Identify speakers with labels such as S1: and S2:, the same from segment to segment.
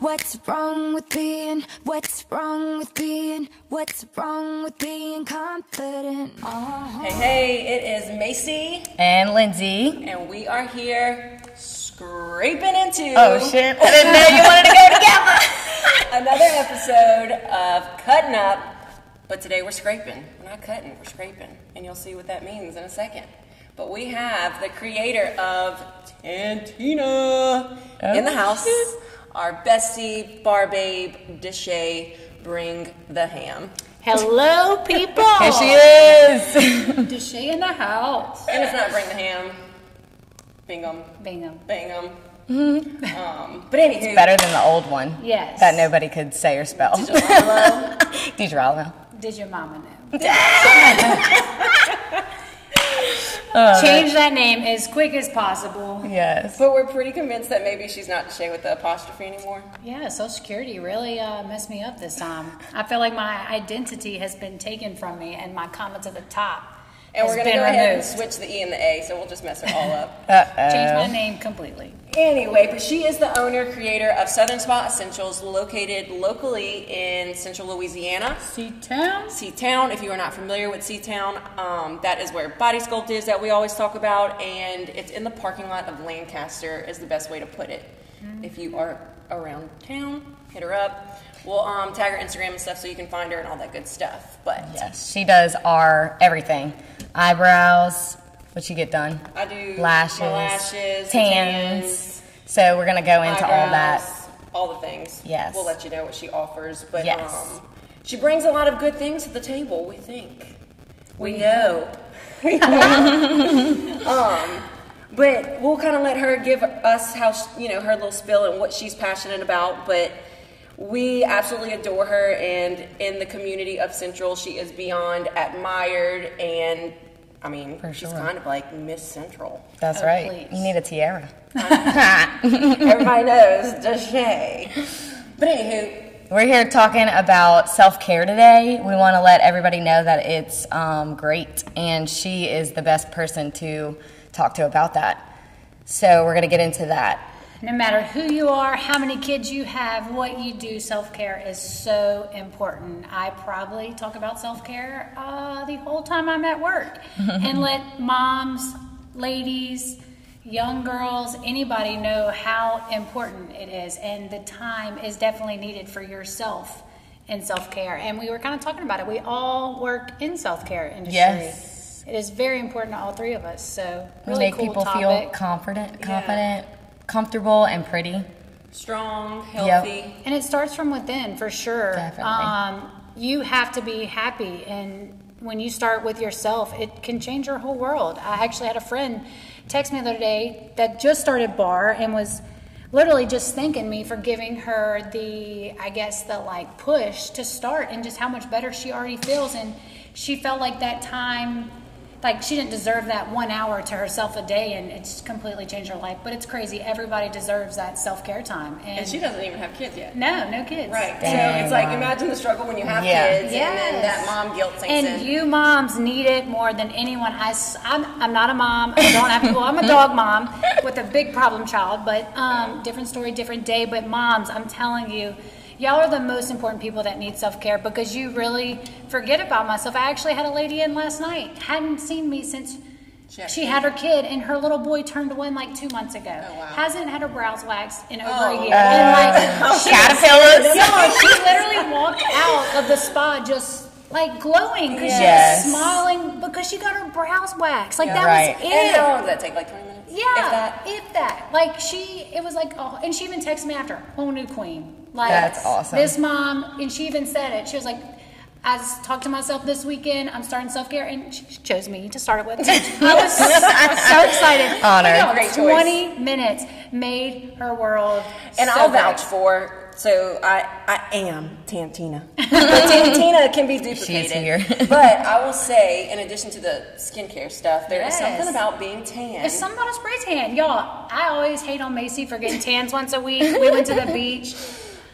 S1: What's wrong with being? What's wrong with being? What's wrong with being confident? Oh.
S2: Hey, hey, it is Macy,
S3: And Lindsay.
S2: and we are here scraping into
S3: Oh shit. I didn't know you wanted to go together.
S2: another episode of Cutting Up. But today we're scraping. We're not cutting, we're scraping. And you'll see what that means in a second. But we have the creator of Tantina
S3: Oh,
S2: in the house, our bestie, bar babe, Deshay, bring the ham.
S4: Hello, people.
S3: Here she is.
S4: Deshay in the house.
S2: And it's not bring the ham, bingham,
S4: Bingham.
S2: bingham. um, but anywho,
S3: Better than the old one.
S4: Yes.
S3: That nobody could say or spell.
S2: Hello.
S3: Dijaralo.
S4: Did your mama know?
S2: Oh,
S4: Change that name as quick as possible.
S3: Yes.
S2: But we're pretty convinced that maybe she's not Shay with the apostrophe anymore.
S4: Yeah, Social Security really uh, messed me up this time. I feel like my identity has been taken from me, and my comments at the top
S2: And
S4: has
S2: we're gonna
S4: been
S2: go ahead and
S4: removed.
S2: switch the E and the A, so we'll just mess her all up.
S4: Change my
S2: Uh,
S4: name completely.
S2: anyway, but she is the owner, creator of Southern Spa Essentials, located locally in Central Louisiana.
S4: See towns.
S2: Sea Town. If you are not familiar with Sea Town, um, that is where Body Sculpt is that we always talk about, and it's in the parking lot of Lancaster is the best way to put it.
S4: Mm-hmm.
S2: If you are around town, hit her up. We'll um, tag her Instagram and stuff so you can find her and all that good stuff. But
S3: Yes. She does our everything. Eyebrows. What you get done?
S2: I do my
S3: Lashes.
S2: lashes,
S3: Tans.
S2: tans,
S3: So we're gonna go into all that.
S2: eyebrows, all the things.
S3: Yes.
S2: we'll let you know what she offers. But
S3: Yes.
S2: um, she brings a lot of good things to the table. We think. We know. um, but we'll kind of let her give us how sh you know her little spill and what she's passionate about. But we absolutely adore her, and in the community of Central, she is beyond admired. And I mean,
S3: For
S2: she's
S3: sure.
S2: kind of like Miss Central.
S3: That's
S4: Oh,
S3: right.
S4: please.
S3: You need a tiara.
S2: Everybody knows Deshay. But anywho,
S3: We're here talking about self care today. We want to let everybody know that it's um, great, and she is the best person to talk to about that. So, we're going to get into that.
S4: No matter who you are, how many kids you have, what you do, self care is so important. I probably talk about self care uh, the whole time I'm at work and let moms, ladies, young girls, anybody know how important it is. And the time is definitely needed for yourself in self care. And we were kind of talking about it. We all work in self care industry.
S3: Yes.
S4: It is very important to all three of us. So,
S3: We
S4: really
S3: Make
S4: cool
S3: people
S4: topic.
S3: feel confident, confident, comfortable, and pretty.
S2: strong, healthy.
S4: And it starts from within for sure.
S3: Definitely.
S4: Um, you have to be happy. And when you start with yourself, it can change your whole world. I actually had a friend text me the other day that just started bar and was literally just thanking me for giving her the, I guess, the like push to start and just how much better she already feels. And she felt like that time. Like she didn't deserve that one hour to herself a day, and it's completely changed her life. But it's crazy; everybody deserves that self care time,
S2: And she doesn't even have kids yet.
S4: no, no kids.
S2: Right.
S3: Dang,
S2: so it's like
S3: wow.
S2: imagine the struggle when you have
S3: Yeah.
S2: kids and then that
S4: Yes.
S2: mom guilt sinks
S4: And
S2: in.
S4: you moms need it more than anyone. I, am I'm not a mom. I don't have well, I'm a dog mom with a big problem child, but um, different story, different day. But moms, I'm telling you, y'all are the most important people that need self care because you really forget about myself. I actually had a lady in last night, hadn't seen me since.
S2: She had
S4: She had her kid, and her little boy turned one like two months ago.
S2: Oh, wow.
S4: Hasn't had her brows waxed in over
S2: Oh,
S4: a year. and like, she
S3: Caterpillars.
S4: no, she literally walked out of the spa just like glowing because
S3: Yes.
S4: she was smiling because she got her brows waxed. Like
S3: Yeah.
S4: that
S3: Right.
S4: was
S2: and
S4: it.
S2: how long does that take? Like 20 minutes?
S4: yeah,
S2: If that?
S4: if that. Like she, it was like, oh, and she even texted me after, whole new queen. Like
S3: That's awesome.
S4: This mom, and she even said it. She was like. I s- talked to myself this weekend. I'm starting self care, and she she chose me to start it with. I was so, so excited.
S3: Honored.
S4: You know,
S2: Great choice.
S4: 20 minutes made her world.
S2: And
S4: so
S2: I'll
S4: great.
S2: vouch for so I I am Tantina. but Tantina can be duplicated.
S3: here.
S2: but I will say, in addition to the skincare stuff, there is
S4: Yes.
S2: something about being tan.
S4: There's something about a spray tan. Y'all, I always hate on Macy for getting tans once a week. We went to the beach.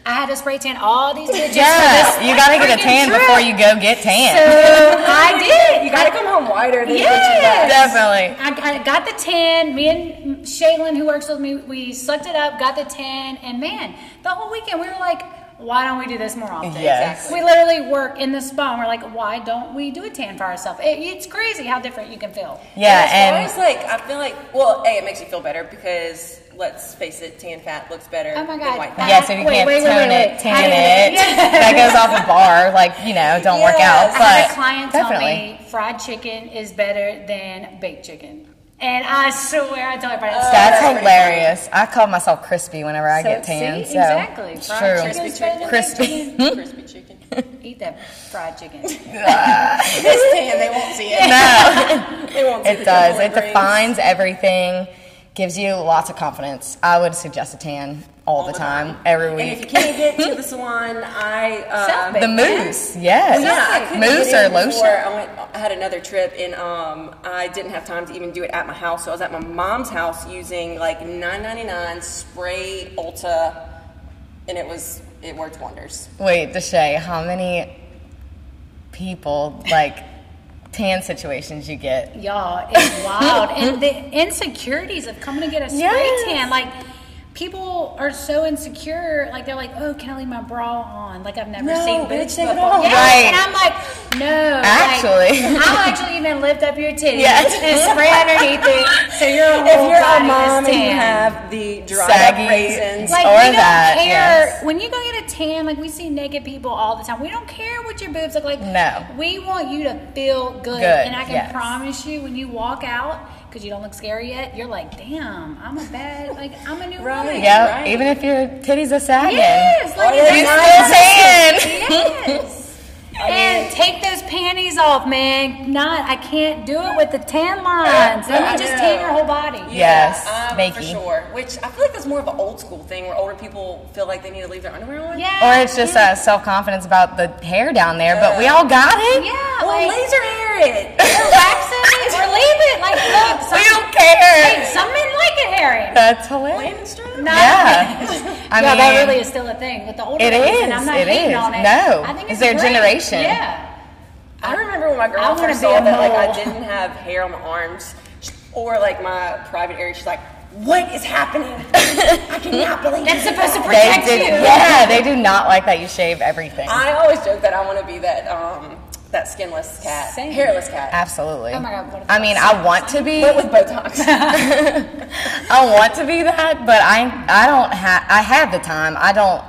S4: I had to spray tan all these bitches.
S3: Yes, you gotta get a
S4: freaking
S3: tan
S4: trip.
S3: before you go get tan.
S4: So I did.
S2: You gotta come home wider than
S4: Yes.
S3: Definitely.
S4: I, I got the tan. Me and Shaylin, who works with me, we sucked it up, got the tan, and man, the whole weekend we were like, why don't we do this more often?
S3: Yes. Exactly.
S4: We literally work in the spa and we're like, why don't we do a tan for ourselves? It, it's crazy how different you can feel.
S3: Yeah,
S2: and
S3: and
S2: as far as like, I feel like, well, a it makes you feel better because let's face it, tan fat looks better.
S4: Oh my
S2: than
S4: God.
S2: white fat.
S4: Yes.
S3: yeah, so if you
S4: Wait,
S3: can't
S4: wait, wait,
S3: tone
S4: wait,
S3: it,
S4: wait.
S3: tan
S4: How
S3: it,
S4: do you- Yeah.
S3: that goes off a bar. Like you know, don't work
S2: Yes.
S3: out.
S2: I
S3: But
S4: I had a client
S3: definitely.
S4: tell me fried chicken is better than baked chicken. And I swear I tell everybody that's
S3: That's hilarious. I call myself crispy whenever I get
S4: So, see,
S3: tan. so
S4: exactly.
S3: It's
S4: Fried
S3: true.
S4: chicken.
S2: Crispy chicken.
S3: Crispy.
S2: Crispy chicken.
S4: eat that fried chicken.
S2: It's tan, they won't see it.
S3: No,
S2: They won't see
S3: it
S2: the
S3: does.
S2: double
S3: It
S2: grains.
S3: defines everything. Gives you lots of confidence. I would suggest a tan all, the, time, every
S2: And if you
S3: week.
S2: can't get to the salon, I um,
S4: Self-baked.
S3: The mousse, yes.
S2: Yeah, I couldn't
S3: mousse
S2: get
S3: or
S2: in before.
S3: lotion.
S2: I, went, I had another trip and um, I didn't have time to even do it at my house, so I was at my mom's house using like 9.99 spray Ulta, and it was it worked wonders.
S3: Wait, Deshay, how many people like tan situations you get?
S4: Y'all, it's wild. and the insecurities of coming to get a spray
S3: Yes.
S4: tan, like people are so insecure, like they're like, Oh, can I leave my bra on? Like I've never
S2: No,
S4: seen
S2: bitch,
S4: boobs
S2: take it
S4: before.
S2: off.
S4: Yes,
S3: Right.
S4: And I'm like, no. like,
S3: Actually.
S4: I'll actually even lift up your titty
S3: Yes.
S4: and spray underneath it. So your whole
S2: If you're a
S4: body
S2: mom
S4: is
S2: and you
S4: tan.
S2: have the dried
S3: Saggy.
S2: up raisins,
S4: like
S3: or
S4: we don't
S3: that,
S4: care
S3: yes.
S4: when you go get a tan like we see naked people all the time we don't care what your boobs look like
S3: No.
S4: we want you to feel good,
S3: Good,
S4: and i can
S3: yes.
S4: promise you when you walk out because you don't look scary yet you're like damn i'm a bad like i'm a new
S2: Right.
S4: woman
S3: Yep,
S2: Right.
S3: even if your titties are sagging.
S4: yes like,
S2: Oh, yeah,
S3: You
S2: Nice.
S3: still tan.
S4: yes and take those panties off man not i can't do it with the tan lines let me
S2: I
S4: just
S2: know.
S4: tan your whole body
S3: Yes,
S2: um, for
S3: Makey.
S2: sure. Which I feel like that's more of an old school thing where older people feel like they need to leave their underwear on.
S4: yeah
S3: Or it's just uh, self confidence about the hair down there, but we all got it.
S4: yeah
S2: Well,
S4: like
S2: laser hair it.
S4: Or wax it or leave it. Like, look, some,
S3: We don't care.
S4: hey, some men like it hairy.
S3: That's hilarious.
S2: Lemon strip?
S4: No.
S3: Yeah. I
S4: yeah, that
S3: mean-
S4: really is still a thing with the older
S3: It
S4: ladies, and
S3: is,
S4: I'm not
S3: it
S4: hating
S3: is.
S4: on it.
S3: No.
S4: I think
S3: It's
S4: it's,
S3: their
S4: great.
S3: generation.
S4: Yeah.
S2: I remember when my
S4: I
S2: girl
S4: wanna
S2: first
S4: be
S2: saw
S4: a
S2: that like I
S4: mole.
S2: didn't have hair on my arms or like my private area. She's like, "What is happening? I cannot believe
S4: That's
S2: it."
S4: supposed to
S3: They
S4: protect
S3: did,
S4: you.
S3: yeah, they do not like that you shave everything.
S2: I always joke that I want to be that um that skinless cat,
S4: Same.
S2: hairless cat,
S3: Absolutely.
S4: Oh my God, what if
S3: I mean, I want to be.
S2: but with Botox.
S3: I want to be that, but I I don't have I have the time. I don't.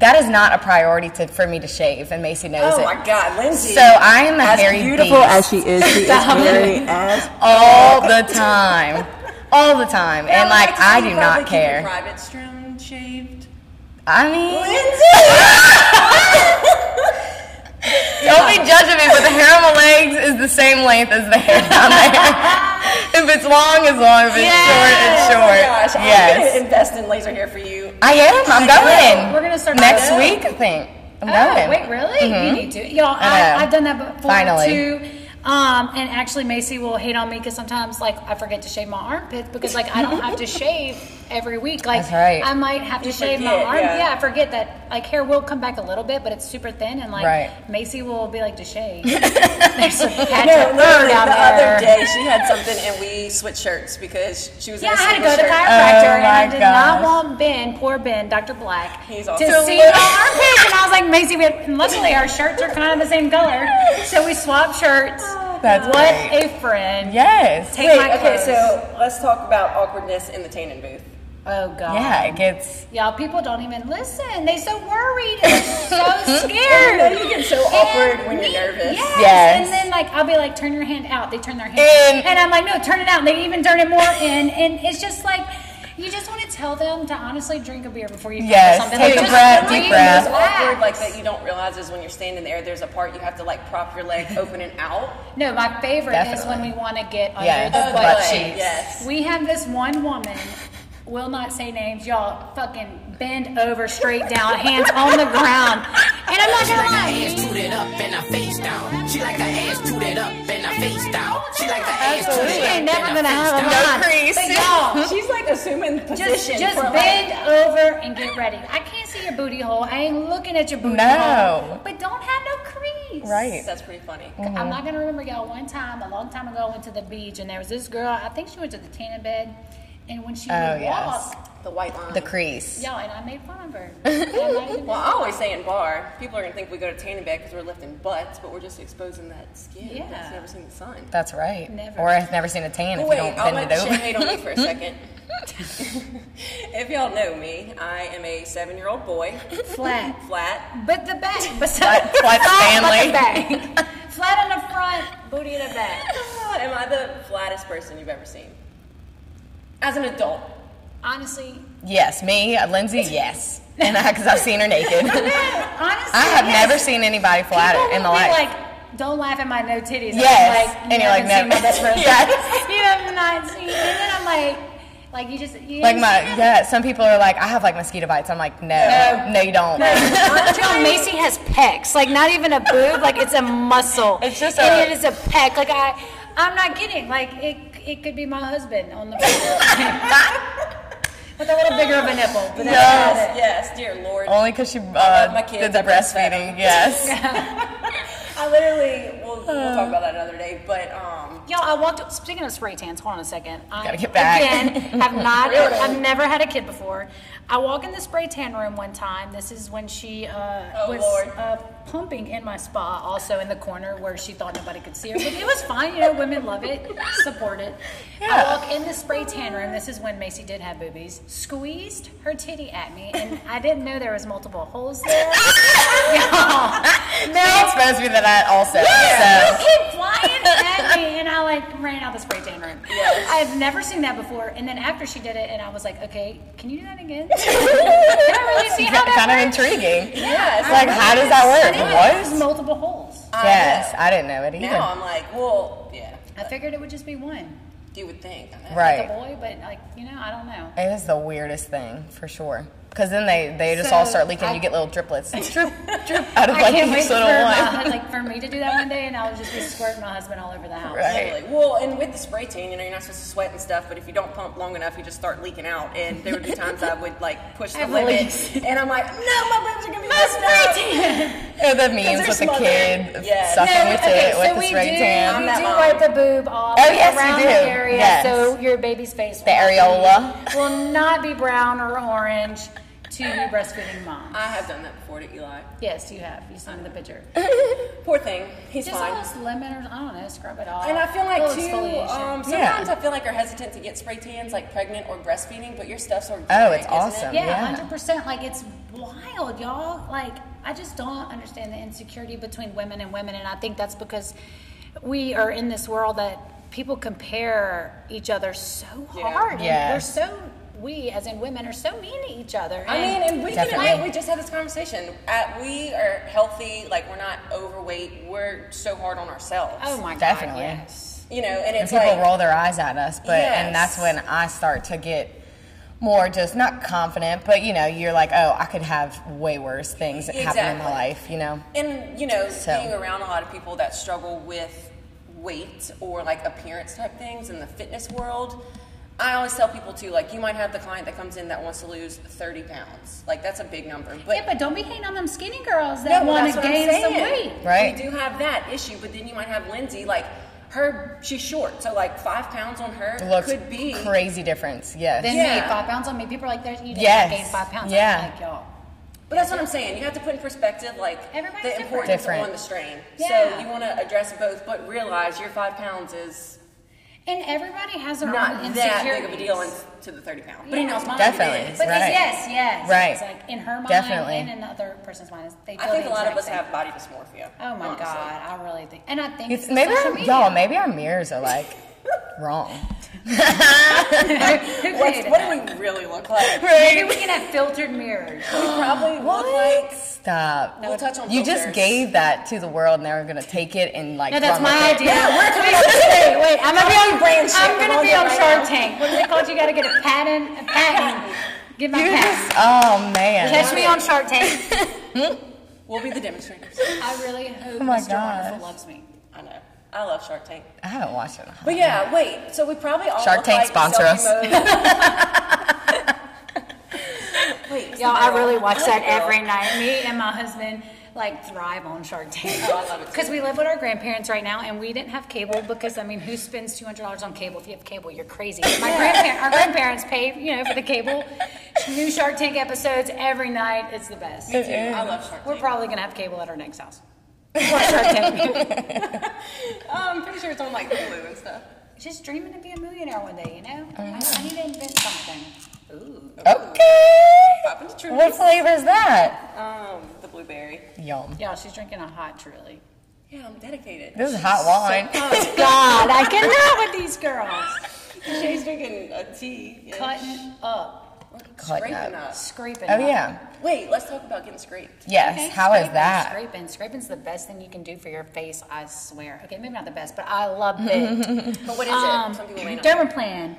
S3: That is not a priority to for me to shave, and Macy knows
S2: oh
S3: it.
S2: my God, Lindsay.
S3: So um, I am a
S2: as
S3: hairy
S2: beautiful
S3: beast.
S2: as she is, she is hairy as.
S3: all
S4: Oh.
S3: the time, all the time, and like I do not care.
S2: Private trim shaved.
S3: I mean,
S2: Lindsay,
S3: don't be judging me, but the hair on my legs is the same length as the hair down there. if it's long, it's long. If it's
S2: oh
S3: short,
S2: my
S3: it's short.
S2: gosh, I'm
S3: yes,
S2: gonna invest in laser hair for you.
S3: I am. I'm going.
S4: We're gonna start
S3: next
S4: that.
S3: week. I think I'm
S4: Oh,
S3: going.
S4: wait, really? You need to. Y'all,
S3: Mm-hmm. I
S4: I,
S3: know.
S4: I've done that before
S3: Finally.
S4: too. Um, and actually, Macy will hate on me because sometimes, like, I forget to shave my armpits because, like, I don't have to shave every week. Like,
S3: That's right.
S4: I might have to
S2: You
S4: shave my
S2: forget,
S4: arm.
S2: yeah.
S4: Yeah. I forget that. Like, hair will come back a little bit, but it's super thin, and like,
S3: Right.
S4: Macy will be like, "To shave." There's a patch
S2: No,
S4: of fur
S2: literally the
S4: down
S2: other
S4: there.
S2: day she had something and we switched shirts because she was.
S4: Yeah,
S2: in
S4: I
S2: a
S4: had to
S2: single
S4: go to the
S2: shirt.
S4: chiropractor,
S3: Oh
S4: and I
S3: my
S4: did
S3: gosh.
S4: not want Ben, poor Ben, Dr. Black,
S2: He's
S4: to
S2: awesome.
S4: see my armpits. And I was like, Macy, we have, and luckily our shirts are kind of the same color, so we swapped shirts.
S3: That's
S4: what
S3: great.
S4: a friend.
S3: Yes.
S4: Take
S2: Wait,
S4: my
S2: okay,
S4: clothes.
S2: so let's talk about awkwardness in the tanning booth.
S4: oh god,
S3: Yeah, it gets.
S4: y'all people don't even listen. They so worried, and so
S2: You know
S4: scared.
S2: you get so awkward when you're nervous.
S4: Yes.
S3: Yes.
S4: And then like I'll be like, turn your hand out. They turn their hand
S3: In.
S4: out. And I'm like, no, turn it out. And they even turn it more in. And it's just like you just want to tell them to honestly drink a beer before you come
S3: Yes,
S4: or something.
S3: take
S4: Like,
S3: a
S4: just
S3: breath,
S4: breathe,
S3: deep breath.
S2: It's
S4: relax.
S2: awkward like that you don't realize is when you're standing there. There's a part you have to like prop your leg open and out.
S4: No, my favorite is when
S3: Definitely.
S4: we want to get under
S3: Yes.
S4: the
S3: Oh,
S4: butt
S3: butt
S4: cheeks.
S2: yes.
S4: We have this one woman. Will not say names, y'all. Fucking bend over, straight down, hands on the ground, and I'm not
S5: She
S4: gonna
S5: like her
S4: lie.
S5: ass tooted up and her face down. She like her ass tooted up and her face down. She like her ass
S4: Absolutely.
S5: tooted
S4: We
S5: up
S4: ain't
S5: and
S4: never
S5: her
S4: gonna
S5: face
S4: have a
S5: down.
S4: lot.
S2: Crease.
S4: But y'all,
S2: She's like assuming position.
S4: just just
S2: for,
S4: bend
S2: like-
S4: over and get ready. I can't see your booty hole. I ain't looking at your booty
S3: No.
S4: hole. But don't have no crease.
S3: Right.
S2: That's pretty funny.
S4: I'm not gonna remember y'all. One time, a long time ago, I went to the beach and there was this girl. I think she went to the tanning bed, and when she
S3: Oh,
S4: would
S3: yes.
S4: walk,
S2: The white line.
S3: The crease.
S4: y'all and I made fun of her. And I'm not even-
S2: Well, I always say in bar, people are gonna think we go to tanning bed because we're lifting butts, but we're just exposing that skin
S4: Yeah.
S2: that's never seen the sun.
S3: That's right.
S4: Never.
S3: Or I've never seen a tan if
S2: Wait,
S3: you don't
S2: I'll
S3: bend
S2: let
S3: it over.
S2: Shay hate on me for a second. if y'all know me, I am a seven-year-old boy,
S4: flat,
S2: flat.
S4: but the back, but
S3: Flat- flat family.
S4: the back, flat in the front, booty in the back.
S2: Am I the flattest person you've ever seen? As an adult,
S4: Honestly,
S3: Yes, me, uh, Lindsay, yes. And because I've seen her naked.
S4: honestly,
S3: I have
S4: yes.
S3: never seen anybody flatter
S4: People
S3: in my
S4: would be
S3: life.
S4: Like, don't laugh at my no titties.
S3: Yes.
S4: I'm
S3: And
S4: you
S3: you're like,
S4: haven't
S3: no.
S4: seen my best friend.
S3: Yes.
S4: you have not seen. And then I'm like, like you just you
S3: like
S4: haven't
S3: my
S4: seen it?
S3: yeah, some people are like, I have like mosquito bites. I'm like, no, no, you don't.
S4: I'm telling you, Macy has pecs, like not even a boob, like it's a muscle.
S3: It's just
S4: and
S3: a-
S4: it is a pec. Like I, I'm not kidding. Like it, it could be my husband on the with a little bigger of a nipple. But that's
S3: Yes.
S4: about it.
S2: yes, dear Lord.
S3: Only because she
S2: my
S3: uh,
S2: kids,
S3: did the
S2: I breastfed
S3: breastfeeding. Yes.
S2: I literally, we'll, we'll
S3: Uh.
S2: talk about that another day, but um,
S4: Y'all, I walked. Speaking of spray tans, hold on a second. I,
S3: Gotta get back.
S4: Again, have not. I've never had a kid before. I walk in the spray tan room one time. This is when she uh,
S2: Oh,
S4: was
S2: Lord.
S4: Uh, pumping in my spa, also in the corner where she thought nobody could see her. But it was fine. You know, women love it, support it.
S3: Yeah.
S4: I walk in the spray tan room. This is when Macy did have boobies. Squeezed her titty at me, and I didn't know there was multiple holes there. Y'all,
S3: She
S4: no
S3: exposed me to that also.
S4: yeah,
S3: So
S4: you keep flying at me, and I like ran out the spray tan room. I've never seen that before. And then after she did it, and I was like, okay, can you do that again? Can I really see how that
S3: kind of
S4: works?
S3: intriguing.
S2: yeah, it's
S3: It's like, how does that
S4: I
S3: work?
S4: didn't know there was
S3: What?
S4: multiple holes.
S2: I
S3: Yes,
S2: know.
S3: I didn't know it either.
S2: Now I'm like, well, yeah,
S4: I figured it would just be one,
S2: you would think. I know.
S4: like
S3: right.
S4: a boy, but like you know, I don't know.
S3: It is the weirdest thing for sure. Because then they, they just all
S4: So,
S3: start leaking.
S4: I-
S3: you get little driplets. drip, drip out of
S4: I
S3: like
S4: can't wait
S3: each
S4: for
S3: little
S4: my,
S3: one.
S4: like for me to do that one day, and I'll just be squirting my husband all over the house.
S3: Right.
S2: Totally. Well, and with the spray tan, you know, you're not supposed to sweat and stuff, but if you don't pump long enough, you just start leaking out. And there would be times I would like push the
S4: I've
S2: limit,
S4: released.
S2: and I'm like, no, my buns are gonna be
S4: My
S2: messed up.
S4: spray tan.
S3: Or the memes
S2: they're
S3: with the
S2: smothered.
S3: kid
S2: Yeah.
S3: sucking
S4: No,
S3: with
S4: okay,
S3: it
S4: so
S3: with
S4: we
S3: the spray
S4: do,
S3: tan.
S2: I'm
S4: We
S2: that
S4: do
S2: mom.
S4: wipe the boob off
S3: Oh, yes, you
S4: around
S3: do.
S4: the area,
S3: Yes.
S4: so your baby's face,
S3: The areola.
S4: will not be brown or orange to your breastfeeding mom.
S2: I have done that before to Eli.
S4: Yes, you have. You sent me the picture.
S2: Poor thing, he's
S4: Just
S2: fine.
S4: almost lemon or I don't know, scrub it off.
S2: And I feel like
S4: Little
S2: too.
S4: exfoliation.
S2: Um,
S3: Yeah.
S2: sometimes I feel like are hesitant to get spray tans, like pregnant or breastfeeding. But your stuff's organic.
S3: Oh, it's
S2: isn't it?
S3: awesome.
S4: yeah,
S3: yeah.
S4: hundred percent. Like it's wild, y'all. Like I just don't understand the insecurity between women and women, and I think that's because we are in this world that people compare each other so
S2: Yeah.
S4: hard. and
S3: Yes.
S4: we're so we as in women are so mean to each other.
S2: I mean,
S4: and-
S2: and we can
S3: Definitely.
S2: admit, we just had this conversation. At, we are healthy, like we're not overweight. We're so hard on ourselves.
S4: oh my god,
S3: Definitely.
S4: yes.
S2: You know, and
S3: and
S2: it's
S3: people
S2: like
S3: roll their eyes at us but and
S2: Yes.
S3: that's when i start to get more just not confident but you know you're like oh i could have way worse things that happen in my
S2: Exactly.
S3: life you know
S2: And you know,
S3: So-
S2: being around a lot of people that struggle with weight or like appearance type things in the fitness world, I always tell people too, like you might have the client that comes in that wants to lose 30 pounds. Like that's a big number. But
S4: yeah, but don't be hating on them skinny girls
S2: No,
S4: that
S2: but
S4: want
S2: that's
S4: to
S2: what I'm
S4: gain some
S2: saying.
S4: weight.
S3: Right.
S2: We do have that issue, but then you might have Lindsay, like her she's short, so like five pounds on her
S3: it looks
S2: could be
S3: crazy difference yes
S4: Then
S2: Yeah.
S4: gain five pounds on me. People are like, "There's you didn't
S3: Yes.
S4: gain five pounds."
S3: Yeah.
S4: I'm like y'all.
S2: But that's what I'm saying. You have to put in perspective, like
S4: Everybody's
S2: the
S4: different.
S2: importance
S3: Different.
S2: on the strain.
S4: Yeah.
S2: So you want to address both, but realize your five pounds is
S4: And everybody has their own
S2: not that
S4: insecurities.
S2: big of a deal in, to the 30 pound. But you know, it's mine
S3: Definitely.
S2: It is.
S4: But
S3: Right.
S4: it's yes, yes.
S3: Right.
S4: It's like in her mind
S3: Definitely.
S4: and in the other person's mind. it's- They
S2: I
S4: feel
S2: think
S4: the
S2: a lot of
S4: exact
S2: us
S4: same.
S2: have body dysmorphia.
S4: Oh my
S2: honestly.
S4: god, I really think, and I think
S3: It's-
S4: it's,
S3: maybe
S4: social
S3: our,
S4: media.
S3: y'all maybe our mirrors are like wrong
S4: Who
S2: What's,
S4: created that?
S2: what do we really look like?
S4: Maybe we can have filtered mirrors.
S2: We probably look like.
S3: stop
S2: We'll touch on
S3: you
S2: filters.
S3: just gave that to the world and they were gonna take it and like
S4: No, that's
S3: run with
S4: my
S3: it.
S4: idea. wait, wait, I'm gonna be on
S2: brand shit.
S4: I'm
S2: We're
S4: gonna
S2: on
S4: be
S2: it
S4: on
S2: right
S4: Shark
S2: now.
S4: Tank. What is it called? You gotta get a patent. A patent. Give my
S3: you
S4: patent.
S3: just oh man
S4: Catch me on Shark Tank.
S2: We'll be the demonstrators.
S4: I really hope
S3: Oh my
S4: Mr.
S3: gosh.
S4: Wonderful loves me.
S2: I know. I love Shark Tank.
S3: I haven't watched it.
S2: But yeah, wait. So we probably all
S3: Shark
S2: look
S3: Tank
S2: like
S3: sponsor us.
S2: selfie mode. wait, is
S4: Y'all,
S2: the
S4: I
S2: girl-
S4: really watch
S2: love
S4: that
S2: the girl.
S4: every night. Me and my husband like thrive on Shark Tank.
S2: Oh, I love it too.
S4: Because we live with our grandparents right now, and we didn't have cable because I mean, who spends two hundred dollars on cable? If you have cable, you're crazy. My grandparents, our grandparents paid, you know, for the cable. New Shark Tank episodes every night. It's the best.
S2: Me too. I love Shark Tank.
S4: We're probably gonna have cable at our next house. Or Shark Tank.
S2: Oh, I'm pretty sure it's on like Hulu and stuff.
S4: Just dreaming to be a millionaire one day, you know. I,
S2: Uh-huh.
S4: I need to invent something.
S2: Ooh.
S3: Okay.
S2: Popping the
S3: What
S2: truth.
S3: flavor is that?
S2: Um, the blueberry.
S3: Yum.
S4: Y'all, she's drinking a hot Truly.
S2: Yeah, I'm dedicated.
S3: This is hot wine.
S4: Oh God, I cannot with these girls.
S2: Shay's drinking a tea. Yeah.
S4: Cutting up,
S3: Cutting
S2: Scraping
S3: up.
S2: up.
S4: scraping.
S3: Oh
S4: up.
S3: yeah.
S2: Wait, let's talk about getting scraped.
S3: Yes.
S4: Okay,
S3: How is
S4: scraping,
S3: that?
S4: Scraping, scraping's the best thing you can do for your face. I swear. Okay, maybe not the best, but I love it.
S2: But what is
S4: um,
S2: it? Some people may not.
S4: dermaplan.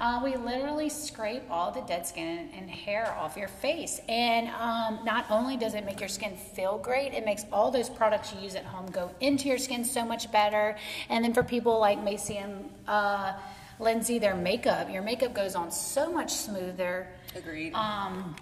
S4: Uh, we literally scrape all the dead skin and hair off your face, and um, not only does it make your skin feel great, it makes all those products you use at home go into your skin so much better. And then for people like Macy and uh, Lindsay, their makeup, your makeup goes on so much smoother.
S2: Agreed.
S4: Um,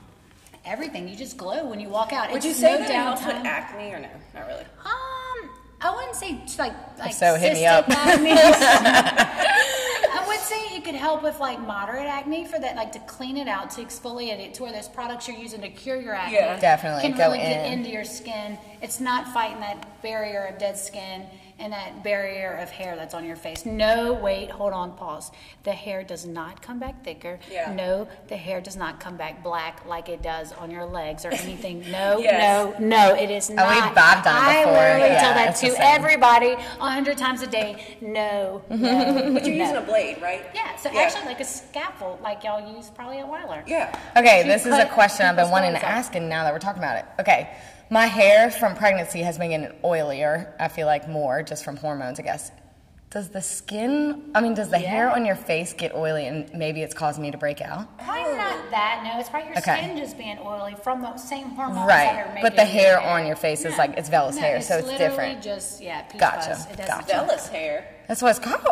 S4: everything you just glow when you walk out.
S2: Would
S4: It's
S2: you say
S4: no
S2: that it helps with
S4: downtime.
S2: acne or no? Not really.
S4: Um, I wouldn't say just like like
S3: so, hit me
S4: cystic
S3: up.
S4: acne. I would say it could help with like moderate acne for that, like to clean it out, to exfoliate it, to where those products you're using to cure your acne
S2: Yeah.
S3: Definitely,
S4: can
S3: go
S4: really get
S3: in.
S4: into your skin. It's not fighting that barrier of dead skin and that barrier of hair that's on your face. No, wait, hold on, pause. The hair does not come back thicker.
S2: Yeah.
S4: No, the hair does not come back black like it does on your legs or anything. No,
S2: Yes.
S4: no, no, it is
S3: And
S4: not.
S3: we've bobbed on it
S4: I
S3: before.
S4: literally
S3: Yeah,
S4: tell that
S3: it's the
S4: to
S3: same.
S4: everybody a hundred times a day. No,
S3: Mm-hmm.
S4: no,
S2: But you're
S4: no.
S2: using a blade, right?
S4: yeah, so
S2: Yeah.
S4: actually like a scaffold, like y'all use probably at Weiler.
S2: Yeah.
S3: Okay,
S4: She
S3: this is a
S4: cut
S3: question I've been
S4: people's
S3: wanting to
S4: thumbs up.
S3: ask, and now that we're talking about it, okay. My hair from pregnancy has been getting oilier. I feel like more just from hormones, I guess. Does the skin, I mean, does the hair on your face get oily and maybe it's caused me to break out?
S4: Probably not
S2: Oh.
S4: that. No, it's probably your
S3: Okay.
S4: skin just being oily from the same hormones that are
S3: Right.
S4: making
S3: But the hair
S4: it.
S3: on your face is like, it's Vella's
S4: No,
S3: hair, so it's
S4: literally
S3: different.
S4: Just yeah, peach
S3: Gotcha,
S4: Fuzz. It doesn't
S3: gotcha.
S4: change.
S2: Jealous hair.
S3: That's what it's called.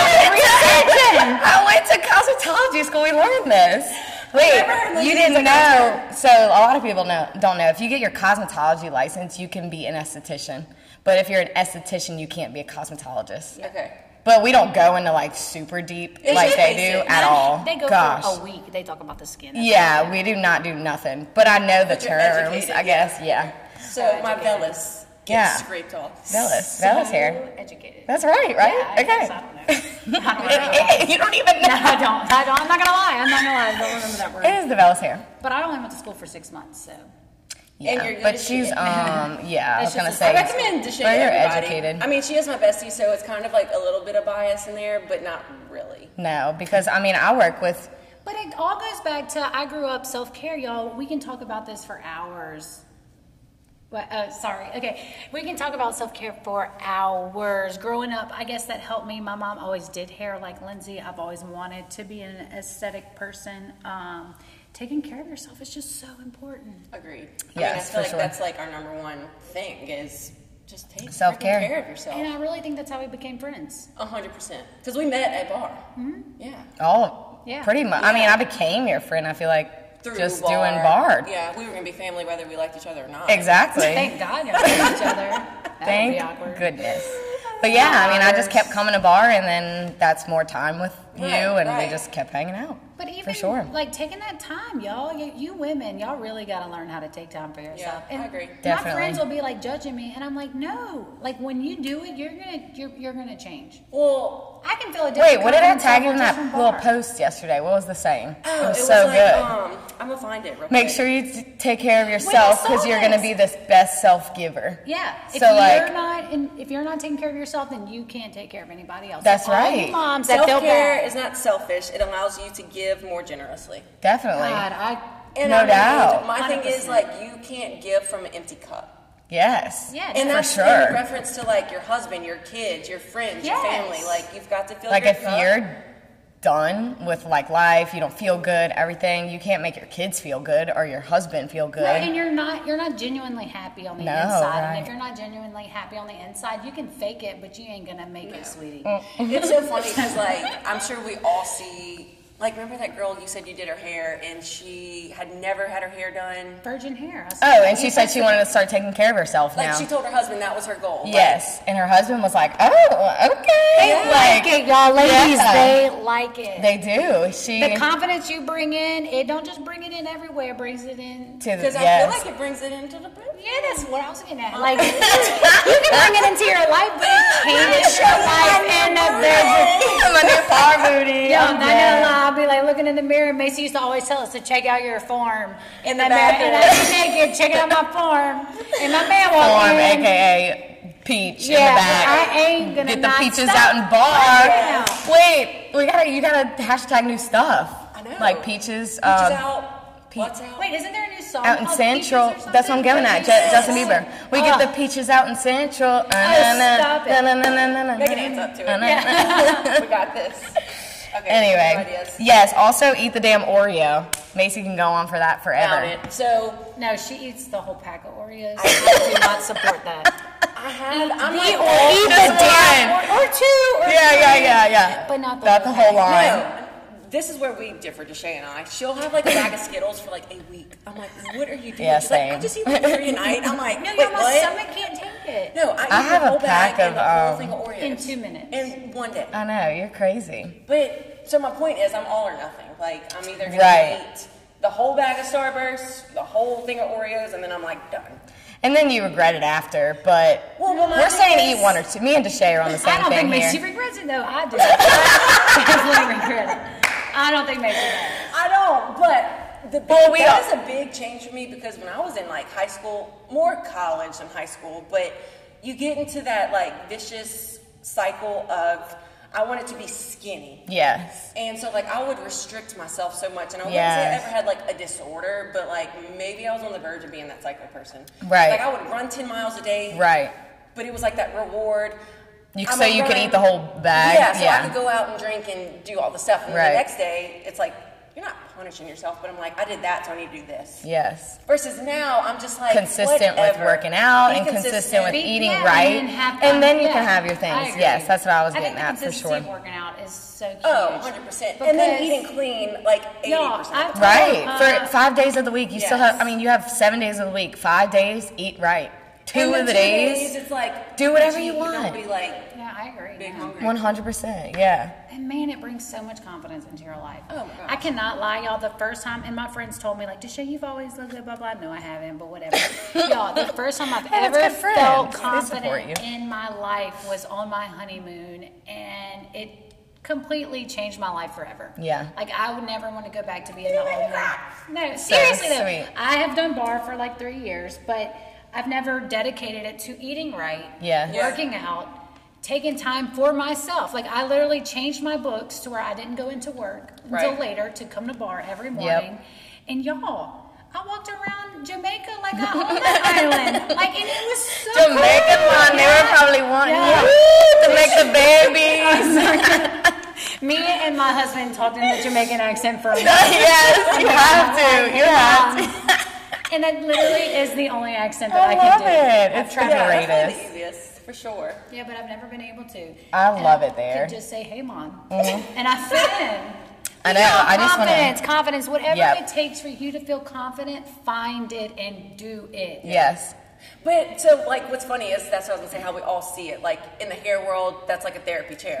S3: I went to cosmetology school. We learned this. Wait,
S2: Never heard of
S3: you
S2: this.
S3: didn't know. So a lot of people know, don't know. If you get your cosmetology license, you can be an esthetician. But if you're an esthetician, you can't be a cosmetologist.
S2: Okay.
S3: But we don't go into like super deep
S2: It's
S3: like
S2: just
S3: they
S2: basic.
S3: do at all.
S4: They go
S3: Gosh.
S4: for a week. They talk about the skin. That's
S3: yeah, we do not do nothing. But I know the
S2: But you're
S3: terms.
S2: educated,
S3: I guess. Yeah.
S2: So my vellus gets
S3: Yeah.
S2: scraped off.
S3: Vella's
S4: so
S3: Vella's hair.
S4: Educated.
S3: That's right. Right.
S4: Yeah, I guess. I
S3: okay.
S4: don't know. I don't remember that.
S3: you don't even know.
S4: No, I don't. I don't. I'm not gonna lie. I'm not gonna lie. I don't remember that word.
S3: It is the Vella's hair.
S4: But I only went to school for six months, so
S3: Yeah.
S2: And you're good
S3: but
S2: at
S3: she's
S2: shit.
S3: um yeah, I was
S4: It's
S3: gonna
S4: just
S3: say
S2: I recommend to Shay
S3: but you're
S2: everybody.
S3: educated.
S2: I mean, she is my bestie, so it's kind of like a little bit of bias in there, but not really.
S3: no, because I mean I work with
S4: But it all goes back to I grew up self care, y'all. We can talk about this for hours. What, uh, sorry. Okay. We can talk about self care for hours. Growing up, I guess that helped me. My mom always did hair like Lindsay. I've always wanted to be an aesthetic person. Um, taking care of yourself is just so important.
S2: Agreed. I mean, I
S3: Yes,
S2: feel
S3: for
S2: like
S3: sure.
S2: that's like our number one thing is just take freaking
S3: Self-care.
S2: care of yourself.
S4: And I really think that's how we became friends.
S2: A hundred percent. Because we met at bar. Yeah.
S3: all
S4: Yeah.
S3: pretty much I mean
S2: Yeah.
S3: I became your friend, I feel like
S2: Through
S3: just
S2: bar.
S3: doing bar.
S2: Yeah, we were gonna be family whether we liked each other or not.
S3: Exactly.
S4: Thank God y'all know each other. That would be awkward.
S3: Thank goodness. But yeah, I mean I just kept coming to bar and then that's more time with you
S2: Right,
S3: and
S2: right.
S3: we just kept hanging out.
S4: But even
S3: for sure.
S4: like taking that time, y'all, you, you women, y'all really got to learn how to take time for yourself.
S2: Yeah, I agree.
S4: My
S3: Definitely.
S4: friends will be like judging me, and I'm like, no, like when you do it, you're gonna you're, you're gonna change.
S2: Well,
S4: I can feel a different.
S3: Wait, what did I tag you in
S4: just
S3: that
S4: from
S3: little
S4: bar.
S3: post yesterday? What was the saying?
S2: oh,
S3: it
S2: it
S3: was
S2: was
S3: so
S2: like,
S3: good.
S2: um, I'm gonna find it real
S3: Make
S2: quick.
S3: sure you t- take care of yourself
S4: saw
S3: because you're going to
S4: this.
S3: be this best self giver.
S4: Yeah. If
S3: So,
S4: you're
S3: like-
S4: not in, if you're not taking care of yourself, then you can't take care of anybody else.
S3: That's
S4: So all you
S3: right.
S4: Moms that feel
S2: Self care
S4: bad.
S2: is not selfish. It allows you to give more generously.
S3: Definitely.
S4: God, I
S2: And
S3: No
S2: I mean,
S3: doubt.
S2: My thing is
S4: 100%.
S2: like you can't give from an empty cup.
S3: Yes.
S4: Yeah,
S2: And
S4: For
S2: that's in
S3: sure.
S2: reference to like your husband, your kids, your friends,
S4: Yes.
S2: your family. Like you've got to feel
S3: Like
S2: your
S3: if
S2: cup.
S3: you're done with like life. You don't feel good. Everything. You can't make your kids feel good or your husband feel good.
S4: Right, and you're not you're not genuinely happy on the
S3: No,
S4: inside. And
S3: right.
S4: if you're not genuinely happy on the inside, you can fake it, but you ain't gonna make it, sweetie.
S3: Mm.
S2: It's so funny because, like, I'm sure we all see. Like, remember that girl you said you did her hair and she had never had her hair done?
S4: Virgin hair. I saw
S3: Oh,
S4: that.
S3: and she
S4: You
S3: said she
S4: posted-
S3: wanted to start taking care of herself
S2: Like,
S3: now.
S2: she told her husband that was her goal. Like,
S3: yes, and her husband was like, "Oh, okay."
S4: They like it, y'all ladies. They like it.
S3: They do. She
S4: the confidence you bring in, it don't just bring it in everywhere. It brings it in.
S3: to the
S2: Because
S3: yes.
S2: I feel like it brings it into the bedroom.
S4: Yeah, that's what I was getting at. Like, you can bring it into your life, but it can't into your life. And if there's a
S3: my new car booty.
S4: Yo,
S3: I'm
S4: not
S3: dead.
S4: gonna lie, I'll be like looking in the mirror. Macy used to always tell us to check out your form
S2: In the
S4: mirror, and
S2: bathroom.
S4: I'd be naked, checking out my form, and my man walked
S3: Form,
S4: in.
S3: aka peach in
S4: Yeah,
S3: the back.
S4: I ain't gonna
S3: Get the
S4: not
S3: peaches
S4: stop.
S3: out and
S4: Right
S3: bar. Wait, we gotta you gotta hashtag new stuff.
S2: I know.
S3: Like
S2: Peach
S3: peaches.
S2: is
S3: um,
S2: out.
S3: pe-
S2: What's out?
S4: Wait, isn't there a new song?
S3: out in
S4: called
S3: Central.
S4: Oh, Peaches or
S3: That's what I'm
S4: something?
S3: going at. Ju-
S4: Yes.
S3: Justin Bieber. We get
S4: Ugh.
S3: the peaches out in Central. Uh,
S4: Oh, stop it.
S2: They can dance up to it.
S4: Oh,
S2: we got this. Okay. good
S3: Anyway,
S2: ideas.
S3: yes. Also, eat the damn Oreo. Macy can go on for
S2: Found
S3: that forever.
S2: it. So
S4: No, she eats the whole pack of Oreos. I do not support that.
S2: I had. I'm
S4: The
S2: like,
S4: Oreo.
S3: Eat
S4: Just
S3: the damn.
S4: Or, or two. Or
S3: oh, Yeah, yeah, yeah, yeah.
S4: But not the whole
S3: whole
S4: thing.
S3: line.
S2: No. This is where we differ, Deshae and I. She'll have like a bag of Skittles for like a week. I'm like, what are you doing?
S3: Yeah,
S2: She's like,
S3: same.
S2: I just eat like three a night. I'm like,
S4: No,
S2: wait,
S4: your
S2: what?
S4: stomach can't take it.
S2: No, I,
S3: I
S2: eat
S3: have
S2: the
S3: a
S2: whole
S3: pack
S2: bag and
S3: of,
S2: the whole
S3: um,
S2: thing of Oreos
S4: In two minutes.
S2: in one day.
S3: I know you're crazy.
S2: But so my point is, I'm all or nothing. Like I'm either gonna
S3: Right.
S2: eat the whole bag of Starburst, the whole thing of Oreos, and then I'm like done.
S3: And then you regret it after. But
S2: Well, but my
S3: we're
S2: thing
S3: saying
S2: is-
S3: eat one or two. Me and Deshay are on the same
S4: I don't
S3: thing
S4: think
S3: here.
S4: Macy regrets it though. I do. I definitely regret it. I don't think Macy does.
S2: I don't, but the
S3: Well,
S2: big,
S3: we
S2: that
S3: all-
S2: is a big change for me because when I was in like high school, more college than high school, but you get into that like vicious cycle of I wanted to be skinny.
S3: yes.
S2: And so like I would restrict myself so much and I wouldn't say I
S3: Yes.
S2: ever had like a disorder, but like maybe I was on the verge of being that cycle person.
S3: Right.
S2: Like I would run ten miles a day.
S3: Right.
S2: But it was like that reward.
S3: You-
S2: I'm
S3: so
S2: a
S3: you could
S2: runner.
S3: eat the whole bag,
S2: Yeah, so
S3: yeah.
S2: I could go out and drink and do all the stuff. And then
S3: Right.
S2: the next day, it's like, you're not punishing yourself, but I'm like, I did that, so I need to do this.
S3: Yes.
S2: Versus now, I'm just like,
S3: consistent
S2: whatever.
S3: with working out
S2: Be
S3: and consistent, with
S4: Be-
S3: eating
S4: yeah,
S3: right.
S4: And, then have fun.
S3: And then you
S4: Yeah.
S3: can have your
S4: I
S3: things.
S4: agree.
S3: Yes, that's what I was getting
S4: think
S3: at for
S4: consistency
S3: sure.
S4: of working out is so huge.
S2: Oh, 100%. And then
S4: Because-
S2: eating clean, like 80%.
S4: Y'all, I-
S3: Right.
S4: Uh,
S3: For five days of the week, you still
S2: yes.
S3: have, I mean, you have seven days of the week. Five days, eat right. Two
S2: And
S3: of
S2: then
S3: the
S2: two
S3: days,
S2: it's like,
S3: do whatever you
S2: but Don't
S3: want.
S2: be like,
S4: Yeah, I agree.
S2: big
S4: yeah.
S2: hungry.
S3: 100%. Yeah.
S4: And man, it brings so much confidence into your life.
S2: Oh, my gosh.
S4: I cannot lie, y'all. The first time, and my friends told me like, "Desha, you've always looked good, blah blah." No, I haven't, but whatever. y'all, the first time I've
S3: Hey, that's
S4: ever
S3: good friends.
S4: felt
S3: They support
S4: confident
S3: you.
S4: in my life was on my honeymoon, and it completely changed my life forever.
S3: Yeah.
S4: Like I would never want to go back to being the old woman. No, seriously though.
S3: sweet.
S4: I have done bar for like three years, but I've never dedicated it to eating right.
S3: Yeah. Yeah.
S4: Working out, taking time for myself. Like I literally changed my books to where I didn't go into work until
S2: Right.
S4: later to come to bar every morning. And y'all, I walked around Jamaica like I owned the island. Like and it was so
S3: Jamaican one, they were
S4: Yeah.
S3: probably wanting
S4: Yeah.
S3: you to make the baby.
S4: Me and my husband talked in the Jamaican accent for a while.
S3: yes, you have to. You have to.
S4: And that literally is the only accent that I,
S3: I
S4: can
S3: love
S4: do.
S3: it.
S4: I've
S3: It's
S4: tried
S2: Yeah, that's
S3: Greatest.
S2: probably the easiest, for sure.
S4: Yeah, but I've never been able to.
S3: I
S4: And
S3: love it there. Mm-hmm.
S4: Can just say, "Hey, mom," and I fit in.
S3: I know.
S4: You
S3: I just want
S4: confidence,
S3: to.
S4: confidence. Whatever
S3: Yep.
S4: it takes for you to feel confident, find it and do it.
S3: Yes.
S2: But so, like, what's funny is that's what I was gonna say. How we all see it, like in the hair world, that's like a therapy chair.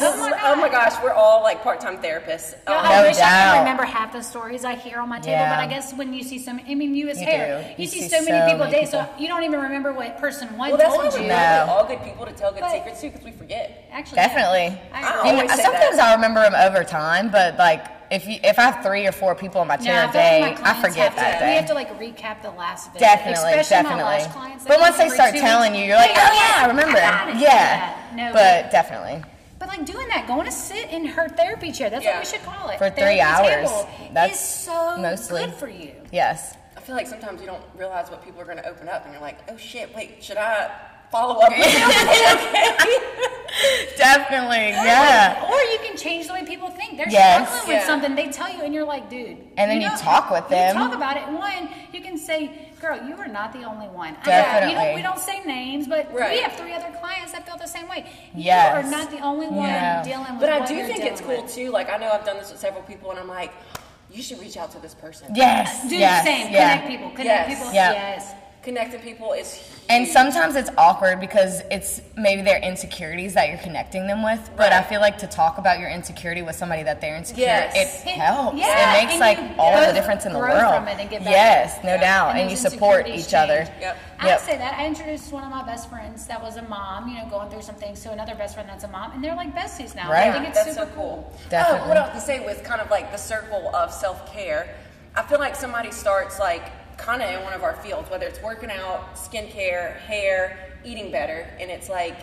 S3: Yes.
S4: Oh my,
S2: Oh my gosh, we're all like part-time therapists.
S4: God.
S2: Um,
S4: I
S3: No
S4: wish I
S3: doubt.
S4: could remember half the stories I hear on my table,
S3: Yeah.
S4: but I guess when you see so many, I mean, you as
S3: You
S4: hair,
S3: do.
S4: you, see, so many people a day,
S3: many
S4: so you don't even remember what person one
S2: well, that's why
S4: told
S2: we
S4: you.
S2: know
S3: No.
S2: we're all good people to tell good
S4: But-
S2: secrets to because we forget.
S4: Actually, yeah.
S3: Definitely.
S4: I
S2: I
S4: agree.
S3: You know,
S2: always say
S3: sometimes
S2: that.
S3: I'll remember them over time, but like if you, if I have three or four people in my
S4: No,
S3: chair
S4: I
S3: a
S4: feel like
S3: day,
S4: my
S3: I
S4: clients
S3: forget
S4: have
S3: that
S4: to,
S3: day.
S4: We have to like recap the last visit,
S3: definitely,
S4: especially
S3: definitely.
S4: my lash clients.
S3: but once they
S4: come
S3: start
S4: every two
S3: telling
S4: weeks.
S3: you, you're like,
S4: Yeah,
S3: oh yeah, I remember.
S4: got it."
S3: Yeah.
S4: no,
S3: but
S4: but,
S3: definitely.
S4: but like doing that, going to sit in her therapy chair. That's
S2: Yeah.
S4: what we should call it.
S3: For three
S4: therapy
S3: hours.
S4: Table
S3: That's
S4: is so
S3: mostly-
S4: good for you.
S3: Yes.
S2: I feel like sometimes you don't realize what people are going to open up, and you're like, oh shit, wait, should I follow up. with it.
S3: Definitely, yeah.
S4: Or you can change the way people think. They're
S3: Yes.
S4: struggling with
S2: Yeah.
S4: something. They tell you, and you're like, dude.
S3: And then you talk with
S4: you
S3: them.
S4: talk about it. One, you can say, girl, you are not the only one. I-
S3: Definitely.
S4: you know, we don't say names, but we
S2: Right.
S4: have three other clients that feel the same way.
S3: Yes.
S4: You are not the only one
S3: Yeah.
S4: dealing with
S2: But I
S4: what
S2: do
S4: you're
S2: think it's
S4: dealing
S2: cool
S4: with.
S2: too. Like I know I've done this with several people, and I'm like, you should reach out to this person.
S3: Yes.
S4: Do
S3: yes,
S4: the same.
S3: yeah.
S4: Connect people. Connect
S2: Yes.
S4: people.
S3: Yeah.
S4: Yes.
S2: Connecting people is huge.
S3: And sometimes it's awkward because it's maybe their insecurities that you're connecting them with. But I
S2: Right.
S3: feel like to talk about your insecurity with somebody that they're insecure,
S2: Yes.
S3: it
S4: It-
S3: helps.
S4: yeah,
S3: it makes
S4: and
S3: like
S4: you
S3: all the
S4: both
S3: difference in the
S4: grow
S3: world.
S4: from it and get better.
S3: yes, no doubt. And,
S4: And
S3: you
S4: those
S3: support
S4: insecurities
S3: each other.
S4: change.
S2: Yep.
S4: I
S3: Yep.
S4: say that. I introduced one of my best friends that was a mom, you know, going through some things to another best friend that's a mom, and they're like besties now.
S3: Right.
S4: I think it's
S2: That's
S4: super
S2: so
S4: cool.
S2: cool.
S3: Definitely.
S2: Oh, what I was gonna say with kind of like the circle of self care, I feel like somebody starts like kind of in one of our fields, whether it's working out, skincare, hair, eating better, and it's like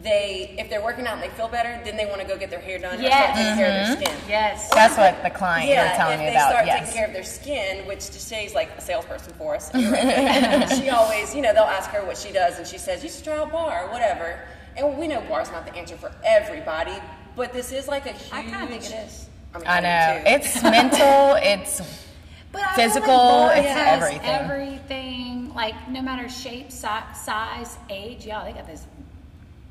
S2: they if they're working out and they feel better, then they want to go get their hair done or start
S4: Yes.
S2: taking care of
S3: Mm-hmm.
S2: their skin.
S4: Yes.
S3: That's what the client you were
S2: Yeah, if
S3: telling me
S2: they
S3: about.
S2: start
S3: yes.
S2: taking care of their skin, which Shay's like a salesperson for us. she always, you know, they'll ask her what she does, and she says, "You should try a bar, or whatever." And we know bar's not the answer for everybody, but this is like a huge.
S4: I kinda think it is.
S2: mean,
S3: I
S2: me
S3: know.
S2: too.
S3: It's mental. It's
S4: But I
S3: Physical,
S4: feel like Bora
S3: it's
S4: has
S3: everything.
S4: everything, like no matter shape, si- size, age. Y'all, they got this.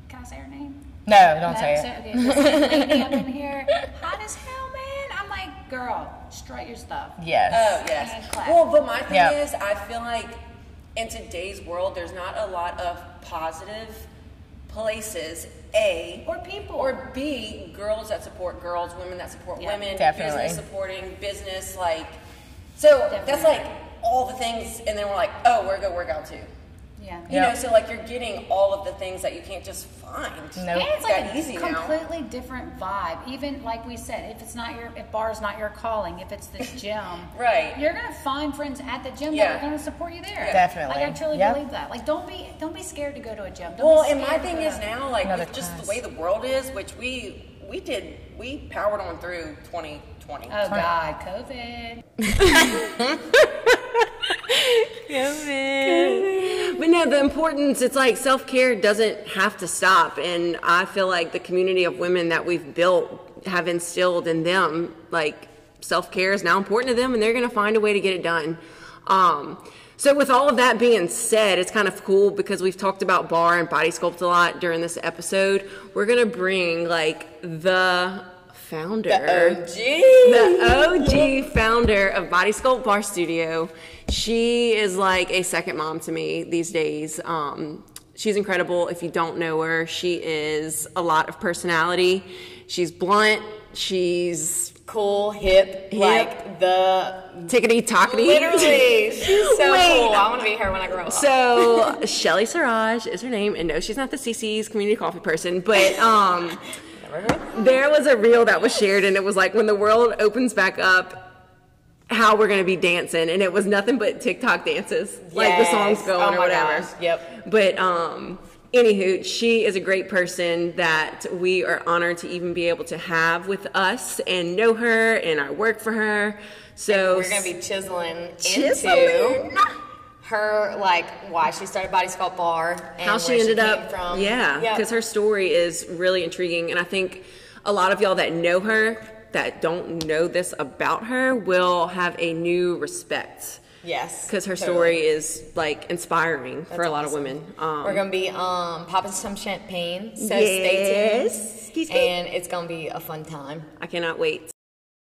S4: Can I say her name?
S3: no. Don't say
S4: No,
S3: it.
S4: so- okay, this lady up in here, hot as hell, man. I'm like, girl, strut your stuff.
S3: Yes.
S2: Oh yes.
S4: And clap.
S2: Well, but my thing
S3: Yeah.
S2: is, I feel like in today's world, there's not a lot of positive places. A
S4: Or people.
S2: or B girls that support girls, women that support
S4: Yeah.
S2: women,
S3: Definitely.
S2: business supporting business. Like, so that's
S4: Definitely.
S2: like all the things, and then we're like, oh, we're gonna work out too.
S4: Yeah.
S2: You
S3: Yeah.
S2: know, so like you're getting all of the things that you can't just find.
S3: Nope.
S4: And it's
S2: It's
S4: like
S2: got
S4: a
S2: easy now.
S4: completely different vibe. Even like we said, if it's not your, if bar is not your calling, if it's this gym,
S2: Right.
S4: You're gonna find friends at the gym
S2: Yeah.
S4: that are gonna support you there.
S3: Definitely.
S4: Like I truly
S3: Yep.
S4: believe that. Like don't be, don't be scared to go to a gym. Don't
S2: Well,
S4: be
S2: and my
S4: scared to
S2: thing
S4: go
S2: is
S4: to-
S2: now, like
S3: Another
S2: with just the
S3: class.
S2: way the world is, which we we did, we powered on through 2020.
S4: Oh God, COVID.
S2: But no, the importance, it's like self care doesn't have to stop. And I feel like the community of women that we've built have instilled in them, like self care is now important to them and they're going to find a way to get it done. Um, so, with all of that being said, it's kind of cool because we've talked about bar and body sculpt a lot during this episode. We're going to bring like the founder. The OG founder of Body Sculpt Bar Studio. She is like a second mom to me these days. Um, she's incredible. If you don't know her, she is a lot of personality. She's blunt. She's
S6: cool, hip,
S2: Hip.
S6: like the
S2: tickety tockety.
S6: literally. She's so
S2: Wait.
S6: cool. I want to be her when I grow up.
S2: So Shelly Siraj is her name, and no, she's not the CC's community coffee person, but um, there was a reel that was shared, and it was like when the world opens back up. How we're gonna be dancing, and it was nothing but TikTok dances, like the
S6: Yes.
S2: songs going
S6: Oh
S2: or
S6: my
S2: whatever.
S6: gosh. Yep.
S2: But um, anywho, she is a great person that we are honored to even be able to have with us and know her and our work for her. So
S6: Oh, We're gonna be chiseling,
S2: Chiseling.
S6: into her like why she started Body Sculpt Bar and
S2: how
S6: where
S2: she ended
S6: came
S2: up
S6: from.
S2: yeah because her story is really intriguing and i think a lot of y'all that know her that don't know this about her will have a new respect
S6: yes
S2: because her
S6: totally.
S2: story is like inspiring for a lot
S6: awesome.
S2: of women um,
S6: We're gonna be um, popping some champagne, so
S2: Yes.
S6: stay
S2: Excuse
S6: tuned.
S2: me.
S6: And it's gonna be a fun time.
S2: i cannot wait